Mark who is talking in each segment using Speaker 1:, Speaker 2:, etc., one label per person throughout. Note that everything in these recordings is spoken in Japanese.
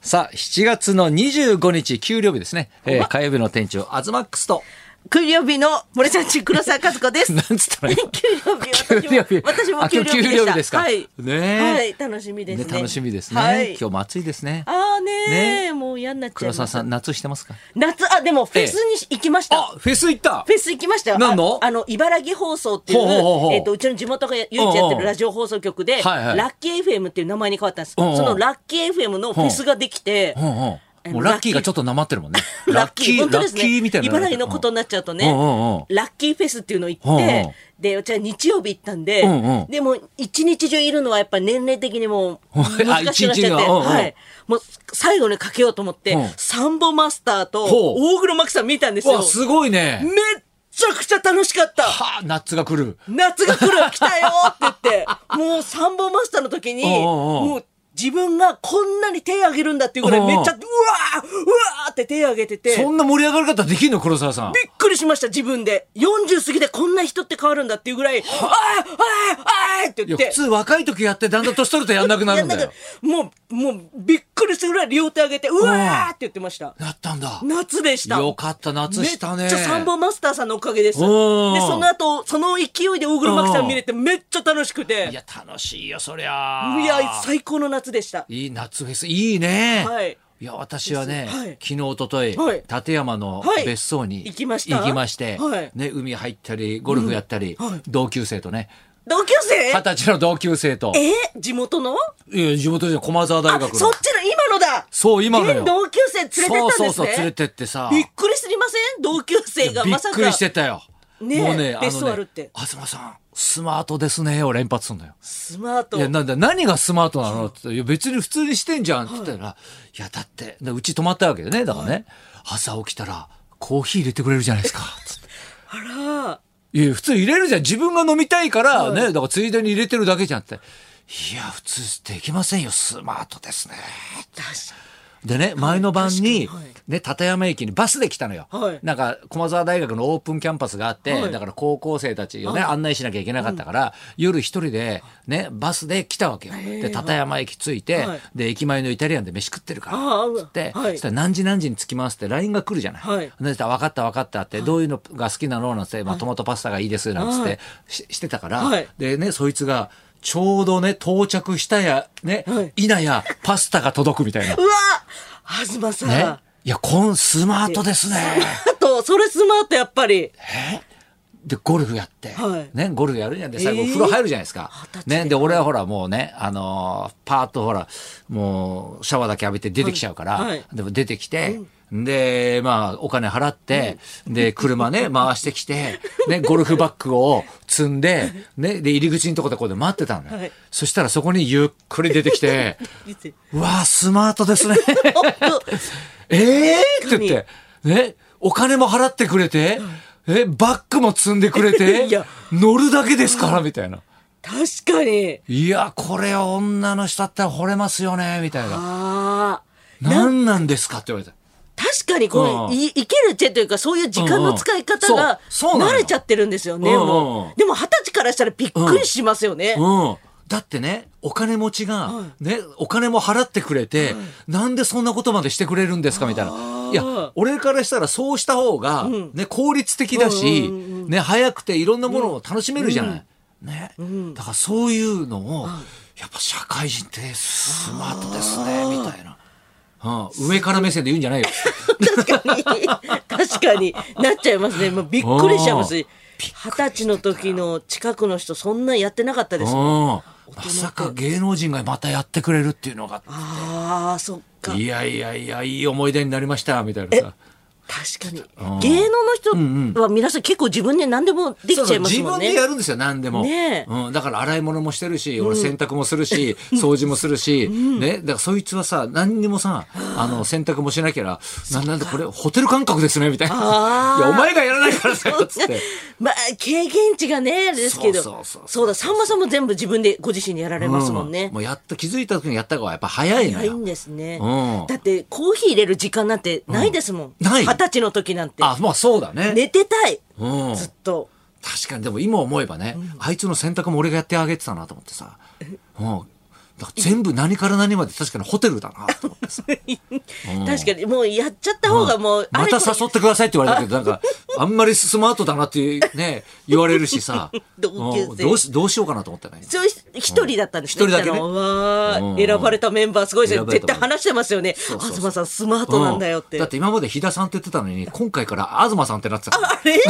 Speaker 1: さあ、7月の25日、給料日ですね。えー、火曜日の店長、アズマックスと。
Speaker 2: 給料日の森さんち黒沢和子です。
Speaker 1: なんつったらいいの
Speaker 2: 給料
Speaker 1: 給料日
Speaker 2: 日私も
Speaker 1: あ
Speaker 2: 私も給料日で
Speaker 1: 今日給料日
Speaker 2: した。
Speaker 1: ですか
Speaker 2: はい。
Speaker 1: ねえ
Speaker 2: はい楽しみです
Speaker 1: ね、
Speaker 2: ね。
Speaker 1: 楽しみですね。
Speaker 2: はい、
Speaker 1: 今日も暑いですね。
Speaker 2: ああね
Speaker 1: ねえ
Speaker 2: もう嫌になっちゃい
Speaker 1: 黒
Speaker 2: ま
Speaker 1: 沢
Speaker 2: す
Speaker 1: さ。ん、夏してますか
Speaker 2: 夏あでもフェスに行きました。
Speaker 1: あ、フェス行った
Speaker 2: フェス行きましたよ。
Speaker 1: 何の
Speaker 2: ああの、茨城放送っていう、
Speaker 1: ほうほうほうほう
Speaker 2: えっ、と、うちの地元が唯一やってるラジオ放送局で、
Speaker 1: はいはい
Speaker 2: ラッキー FM っていう名前に変わったんです。
Speaker 1: うんうん
Speaker 2: そのラッキー FM のフェスができて、。
Speaker 1: うんうん。もうラッキーがちょっとなまってるもんね
Speaker 2: ラッキー、本当
Speaker 1: ラ
Speaker 2: で
Speaker 1: ッ
Speaker 2: す
Speaker 1: キー
Speaker 2: ね。
Speaker 1: みたいな。
Speaker 2: 茨城のことになっちゃうとね、
Speaker 1: うんうんうん
Speaker 2: ラッキーフェスっていうの行って、
Speaker 1: うんうん
Speaker 2: で、うちは日曜日行ったんで、
Speaker 1: うんうん
Speaker 2: でも一日中いるのはやっぱり年齢的にもう
Speaker 1: あ
Speaker 2: 難しくなっちゃって、
Speaker 1: 一日がうんうん
Speaker 2: はい。もう最後にかけようと思って、
Speaker 1: うん
Speaker 2: サンボマスターと
Speaker 1: ほう
Speaker 2: 大黒摩季さん見たんです
Speaker 1: うん。う
Speaker 2: よ
Speaker 1: わ、。すごいね
Speaker 2: め。っちゃくちゃ楽しかった
Speaker 1: はあ、夏が来る。
Speaker 2: 夏が来る来たよって 言って、もうサンボマスターの時に、
Speaker 1: おうおうおう
Speaker 2: もう自分がこんなに手挙げるんだっていうぐらいめっちゃ、
Speaker 1: お
Speaker 2: うわーうわーって手挙げてて。
Speaker 1: そんな盛り上がり方できるの黒沢さん。
Speaker 2: びっくりしました、自分で。40過ぎでこんな人って変わるんだっていうぐらい、あーあーあーって
Speaker 1: い
Speaker 2: 言
Speaker 1: や、
Speaker 2: って。
Speaker 1: 普通若い時やって、だんだん年取るとやんなくなるんだよ。
Speaker 2: いやなんかもう、もう、びっくりするぐらい両手上げて、うわーって言ってました。
Speaker 1: なったんだ。
Speaker 2: 夏でした。
Speaker 1: よかった、夏したね。
Speaker 2: めっちゃサンボマスターさんのおかげです。で、
Speaker 1: うん
Speaker 2: その後、その勢いで大黒摩季さん見れてめっちゃ楽しくて。
Speaker 1: い
Speaker 2: いや、
Speaker 1: や、楽しいよ、そりゃ。
Speaker 2: 最高の夏でした。
Speaker 1: いい夏フェス、いいね。
Speaker 2: はい。
Speaker 1: いや、私はね、
Speaker 2: ですはい
Speaker 1: 昨日、一昨日、
Speaker 2: はい
Speaker 1: 立山の
Speaker 2: はい
Speaker 1: 別荘に
Speaker 2: 行きました
Speaker 1: 行きまして、
Speaker 2: はい
Speaker 1: ね、海入ったり、ゴルフやったり、同級生とね、
Speaker 2: 同級生
Speaker 1: 二十歳の同級生と、
Speaker 2: え地元の
Speaker 1: いや地元で駒沢
Speaker 2: あ、
Speaker 1: 大
Speaker 2: そっ
Speaker 1: 学
Speaker 2: ち
Speaker 1: の
Speaker 2: の。今のだ
Speaker 1: そう、今の
Speaker 2: 現
Speaker 1: よ。
Speaker 2: 同級生連れてったんですね。
Speaker 1: そうそうそう、連れてってさ。
Speaker 2: びっくりすぎません同級生が
Speaker 1: びっ
Speaker 2: まさか
Speaker 1: くりしてたよ。
Speaker 2: ねえ
Speaker 1: もうね、あ
Speaker 2: 別荘あ
Speaker 1: の
Speaker 2: るっ
Speaker 1: ね
Speaker 2: て、
Speaker 1: 東さん、スマートですね、を連発すんだよ。
Speaker 2: スマート
Speaker 1: いや、なんだ、何がスマートなのって言ったらいや、別に普通にしてんじゃんって言ったら、い、や、だって、でうち泊まったわけでね、だからね、朝起きたら、コーヒー入れてくれるじゃないですか、つって。
Speaker 2: あら
Speaker 1: いや、普通入れるじゃん。自分が飲みたいから、ね、だからついでに入れてるだけじゃんって。いや、普通できませんよ、スマートですね。でね、前の晩に
Speaker 2: 確かにはい、
Speaker 1: ね、立山駅にバスで来たのよ
Speaker 2: はい。
Speaker 1: なんか、駒沢大学のオープンキャンパスがあっ
Speaker 2: はい
Speaker 1: て、だから高校生たちをね、案内しなきゃいけなかったから、夜一人で、ね、バスで来たわけよ。で、立山駅着いて
Speaker 2: はい、
Speaker 1: で、駅前のイタリアンで飯食ってるか
Speaker 2: ああう
Speaker 1: ら、
Speaker 2: わ
Speaker 1: つって、
Speaker 2: はい
Speaker 1: そしたら何時何時に着きますって LINE が来るじゃない。
Speaker 2: はい
Speaker 1: で、分かった分かったって、どういうのが好きなのなんつって、まあ、トマトパスタがいいです、なんつっ
Speaker 2: は
Speaker 1: て
Speaker 2: い
Speaker 1: ししてたから
Speaker 2: はい、
Speaker 1: でね、そいつが、ちょうどね、到着したや、ね
Speaker 2: はい、
Speaker 1: いなや、パスタが届くみたいな
Speaker 2: う。わ東さん、
Speaker 1: ね。いや、こんスマートですね。
Speaker 2: あとそれスマートやっぱり
Speaker 1: で、ゴルフやって、
Speaker 2: はい
Speaker 1: ね、ゴルフやるじゃんで、最後、
Speaker 2: えー
Speaker 1: 風呂入るじゃないですか。
Speaker 2: 二十歳で
Speaker 1: ね、で、俺はほら、もうね、あのーパーッとほら、もう、シャワーだけ浴びて出てきちゃうから、
Speaker 2: はいはい
Speaker 1: でも出てきて、で、まあ、お金払って、で、車 ね、回してきて、ね、ゴルフバッグを積んで、ね、で、入り口のとこでこうで待ってたのよ、
Speaker 2: はい
Speaker 1: そしたらそこにゆっくり出てき て、 うわースマートですね。ええー、って言って、ね、お金も払ってくれて、え、バッグも積んでくれ
Speaker 2: い
Speaker 1: て
Speaker 2: や、
Speaker 1: 乗るだけですから、みたいな。
Speaker 2: 確かに
Speaker 1: いや、これ女の人だったら惚れますよね、みたいな。
Speaker 2: あーな
Speaker 1: 何なんですかって言われて。
Speaker 2: 確かに
Speaker 1: う
Speaker 2: こうんいいける手というかそういう時間の使い方
Speaker 1: うんうん
Speaker 2: が
Speaker 1: そうそうなの
Speaker 2: 慣
Speaker 1: よ
Speaker 2: れちゃってるんですよね
Speaker 1: うんうん
Speaker 2: もうでも二十歳からしたらびっくりしますよね
Speaker 1: うん。だってね、お金持ちが、ね、お金も払ってくれて、なんでそんなことまでしてくれるんですかみたいな。いや、俺からしたらそうした方が、ね、効率的だし、
Speaker 2: うんう
Speaker 1: ね、早くていろんなものを楽しめるじゃない。ね。だからそういうのを、やっぱ社会人ってスマートですね、みたいな。うん、上から目線で言うんじ ゃないよ。
Speaker 2: 確かに確かになっちゃいますねもうびっくりしちゃいます二十歳の時の近くの人そんなやってなかったです
Speaker 1: うん。まさか芸能人がまたやってくれるっていうのが、
Speaker 2: ああそっか
Speaker 1: いやいやいや、いい思い出になりました、みたいなさ。
Speaker 2: 確かに
Speaker 1: ん
Speaker 2: 芸能の人は皆さん結構自分で何でもできちゃい
Speaker 1: そう
Speaker 2: ますもん
Speaker 1: そう自分でや
Speaker 2: ね
Speaker 1: るんですよ何でも、
Speaker 2: ねえ
Speaker 1: うん、だから洗い物もしてるし、俺洗濯もするし掃除もするし、ね、だからそいつはさ何にもさあの洗濯もしなきゃなななんだこれホテル感覚ですねみたいな
Speaker 2: あー
Speaker 1: いやお前がやらないからだよっつって。
Speaker 2: まあ経験値がねあれですけど
Speaker 1: そうそうそうそう
Speaker 2: そうださんまさんも全部自分でご自身でやられますもん
Speaker 1: う
Speaker 2: ね
Speaker 1: もうやった気づいた時にやった方がやっぱ早いの
Speaker 2: ない
Speaker 1: よ
Speaker 2: んですね
Speaker 1: うん
Speaker 2: だってコーヒー入れる時間なんてないですもん
Speaker 1: うんない
Speaker 2: 二十歳の時なんて
Speaker 1: あまあそうだね
Speaker 2: 寝てたい
Speaker 1: うん、
Speaker 2: ずっと
Speaker 1: 確かにでも今思えばね、あいつの洗濯も俺がやってあげてたなと思ってさ、うん、だから全部何から何まで確かにホテルだなと思ってさうん
Speaker 2: 確かにもうやっちゃった方がもう、
Speaker 1: また誘ってくださいって言われたけど、なんか、あんまりスマートだなって ね、言われるしさ、
Speaker 2: 同級生
Speaker 1: うんどうしどうしようかなと思ったね。
Speaker 2: そう一人だったんですね
Speaker 1: 一人だけね
Speaker 2: 来たのわあ
Speaker 1: うん
Speaker 2: 選ばれたメンバーすごいです
Speaker 1: 選
Speaker 2: ね
Speaker 1: ばれ
Speaker 2: 絶
Speaker 1: た
Speaker 2: 対話してますよね
Speaker 1: うそうそう
Speaker 2: 東さんスマートなんだよって
Speaker 1: うんだって今まで飛田さんって言ってたのに、今回から東さんってなってたから。
Speaker 2: あれ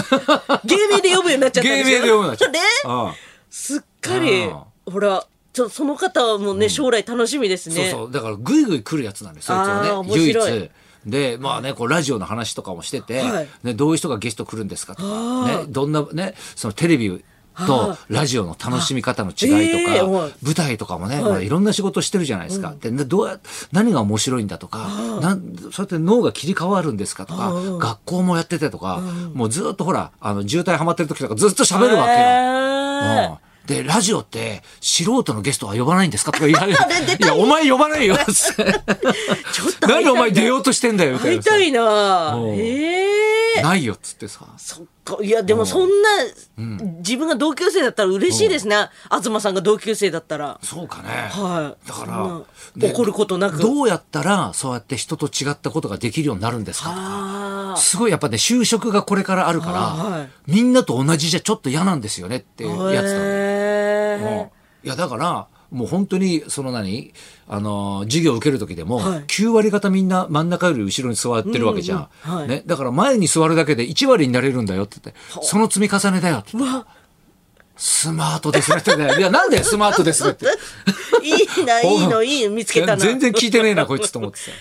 Speaker 2: 芸名で呼ぶようになっちゃったん
Speaker 1: 芸名
Speaker 2: ですよ
Speaker 1: で読むなっちゃった
Speaker 2: ね
Speaker 1: うん
Speaker 2: すっかり
Speaker 1: うん
Speaker 2: ほらちょその方もね将来楽しみです
Speaker 1: そう
Speaker 2: ね
Speaker 1: そうだからぐいぐい来るやつなんですそいつ
Speaker 2: あー
Speaker 1: はね
Speaker 2: 面
Speaker 1: 唯
Speaker 2: 白い
Speaker 1: 一でまあねこうラジオの話とかもしてて、
Speaker 2: はい
Speaker 1: ね、どういう人がゲスト来るんですかと
Speaker 2: あ
Speaker 1: か、ね、どんなねそのテレビとラジオの楽しみ方の違いと
Speaker 2: あえ
Speaker 1: か、
Speaker 2: ーはい
Speaker 1: 舞台とかもね、
Speaker 2: い
Speaker 1: ほらいろんな仕事してるじゃないですか、でなどうや何が面白いんだとかなんそうやって脳が切り替わるんですかとか学校もやっててとか、もうずっとほらあの渋滞はまってる時とかずっと喋るわけよ。
Speaker 2: へー
Speaker 1: うんで、ラジオって素人のゲストは呼ばないんですかとか言わ れる
Speaker 2: れ出。
Speaker 1: いや、お前呼ばない よ。つって
Speaker 2: ちょっと会いたい
Speaker 1: 何お前出ようとしてんだよ。みたい
Speaker 2: 会い
Speaker 1: なさ
Speaker 2: たいな
Speaker 1: うん
Speaker 2: ええ
Speaker 1: ないよっつってさ。
Speaker 2: そっかいやでもそんな自分が同級生だったら嬉しいですね東さんが同級生だったら
Speaker 1: そうかね。
Speaker 2: はい
Speaker 1: だか
Speaker 2: そんな
Speaker 1: ら、ね
Speaker 2: 怒ることなく
Speaker 1: どうやったら、そうやって人と違ったことができるようになるんですかとか。
Speaker 2: あー
Speaker 1: すごいやっぱね、就職がこれからある
Speaker 2: あは
Speaker 1: か
Speaker 2: い
Speaker 1: ら、みんなと同じじゃちょっと嫌なんですよねっていうやつなの
Speaker 2: へ
Speaker 1: うん
Speaker 2: ー
Speaker 1: いやだからもう本当にその何あのー授業受ける時でも
Speaker 2: はい
Speaker 1: 9割方みんな真ん中より後ろに座ってるわけじゃん、
Speaker 2: うんうんはい
Speaker 1: ね、だから前に座るだけで1割になれるんだよって言ってその積み重ねだよって言ってスマートですねって言っていやなんでスマートですねって
Speaker 2: いいな、いいの、いいの、見つけたな。
Speaker 1: 全然聞いてねえなこいつと思ってさ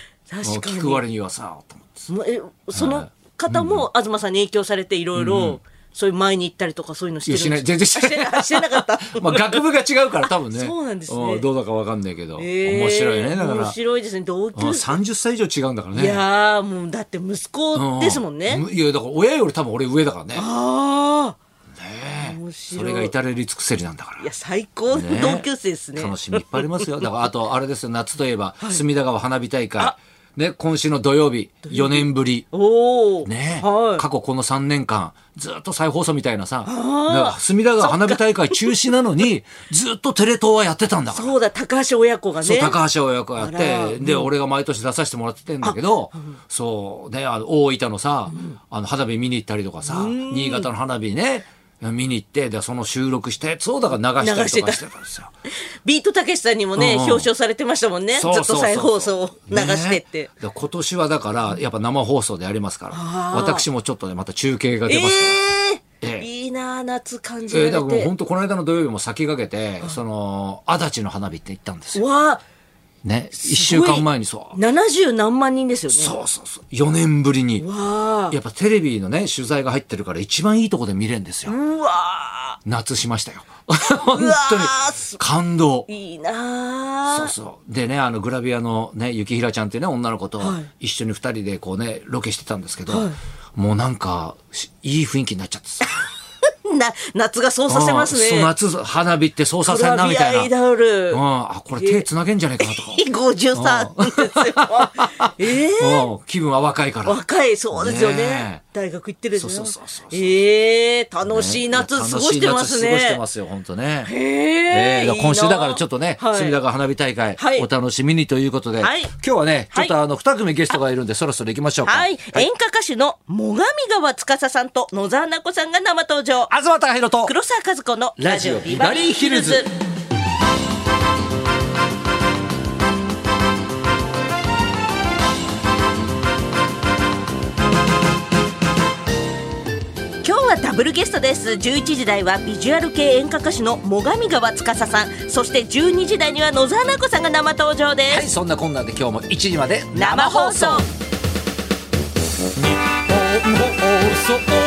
Speaker 2: 確かに
Speaker 1: もう聞く割にはさと思って
Speaker 2: もうえその方も、東さんに影響されて、いろいろ、そういう前に行ったりとか、そういうのして
Speaker 1: い
Speaker 2: る
Speaker 1: や
Speaker 2: ん
Speaker 1: しない全然し
Speaker 2: あして
Speaker 1: ない
Speaker 2: なしてなかった。
Speaker 1: まあ学部が違うから多分ね
Speaker 2: そうなんですね
Speaker 1: うどうだかわかんないけど、
Speaker 2: えー
Speaker 1: 面白いねだから
Speaker 2: 面白いですね、同級
Speaker 1: うん
Speaker 2: 生。
Speaker 1: 30歳以上違うんだからね
Speaker 2: いやー、もう、だって息
Speaker 1: う
Speaker 2: 子ですもんね。
Speaker 1: いやだから親より多分俺上だからね
Speaker 2: あ
Speaker 1: ねえ
Speaker 2: 面白い
Speaker 1: それが至れり尽くせりなんだか
Speaker 2: あ。
Speaker 1: ら
Speaker 2: いや、最高の
Speaker 1: ねえ
Speaker 2: 同級生ですね。
Speaker 1: 楽しみいっぱいありますよだからあとあれ ですよ夏といえば隅田川花火大会ね今週の土曜日4年ぶり
Speaker 2: おお。
Speaker 1: ねえ
Speaker 2: はい。
Speaker 1: 過去この3年間ずっと再放送みたいなさだから隅田川花火大会中止なのにずっとテレ東はやってたんだから
Speaker 2: そうだ、高橋親子がね。
Speaker 1: そう、高橋親子やっ
Speaker 2: あら
Speaker 1: て、で、俺が毎年出させてもらっててんだけど、そう、ね、あの、大分のさ、あの、花火見に行ったりとかさ、新潟の花火ね、見に行って、で、その収録して、そうだから流したりとか
Speaker 2: 流
Speaker 1: し
Speaker 2: して
Speaker 1: たんですよ。
Speaker 2: ビートたけしさんにもね、
Speaker 1: うんうん
Speaker 2: 表彰されてましたもんね。ずっ
Speaker 1: そう
Speaker 2: と
Speaker 1: そうそう
Speaker 2: 再放送を流
Speaker 1: ね
Speaker 2: してって。
Speaker 1: だから今年はだから、やっぱ生放送でやりますから、私もちょっとね、また中継が出ますから。
Speaker 2: えー
Speaker 1: ええ
Speaker 2: いいなあ夏感じら
Speaker 1: え
Speaker 2: れ
Speaker 1: ー、
Speaker 2: て、
Speaker 1: だからもう本当この間の土曜日も先駆けて、その、足立の花火って行ったんですよ。
Speaker 2: わあ
Speaker 1: ね。一週間前にそう。
Speaker 2: 70何万人ですよね
Speaker 1: そうそうそう。4年ぶりに。
Speaker 2: わあ
Speaker 1: やっぱテレビのね、取材が入ってるから一番いいとこで見れるんですよ。
Speaker 2: うわあ
Speaker 1: 夏しました よ。本当に
Speaker 2: うわーす。
Speaker 1: 感動。
Speaker 2: いいなあ
Speaker 1: そうそう。でね、あの、グラビアのね、雪平ちゃんっていうね、女の子と
Speaker 2: はい
Speaker 1: 一緒に二人でこうね、ロケしてたんですけど、
Speaker 2: はい
Speaker 1: もうなんか、しいい雰囲気になっちゃってさ。
Speaker 2: な夏がそうさせます
Speaker 1: うんそう
Speaker 2: ね
Speaker 1: 夏、花火って操作せんな、みた
Speaker 2: アイ
Speaker 1: いな。
Speaker 2: ダル
Speaker 1: うん。あ、これ手繋げんじゃねえかなとか。
Speaker 2: 53ですよええ
Speaker 1: うん気分は若いから。
Speaker 2: 若いそうですよね
Speaker 1: ねえ
Speaker 2: 大学行ってるでしょ
Speaker 1: そうそうそうそう
Speaker 2: ええ楽しい夏過ごしてます
Speaker 1: 楽しい夏
Speaker 2: ね
Speaker 1: 過ごしてますよ、本当ね。
Speaker 2: え
Speaker 1: えー
Speaker 2: え
Speaker 1: だから今週だからちょっとね、
Speaker 2: はい
Speaker 1: 隅田川花火大会、
Speaker 2: はい
Speaker 1: お楽しみにということで、
Speaker 2: はい
Speaker 1: 今日はね、ちょっと
Speaker 2: は
Speaker 1: あの、二組ゲストがいるんで、そろそろ行きましょうか。
Speaker 2: はい、演歌歌手の最上川司さんと野沢菜子さんが生登場
Speaker 1: 東隆弘と、
Speaker 2: 黒沢和子のラジオビバリーヒル
Speaker 1: ラ
Speaker 2: ズ
Speaker 1: ジオビ
Speaker 2: 今日はダブルゲストです11時台はビジュアル系演歌歌手の最上川司さんそして12時台には野沢菜子さんが生登場です、
Speaker 1: はい、そんなこんなで今日も1時まで
Speaker 2: 生放送
Speaker 1: 日本放送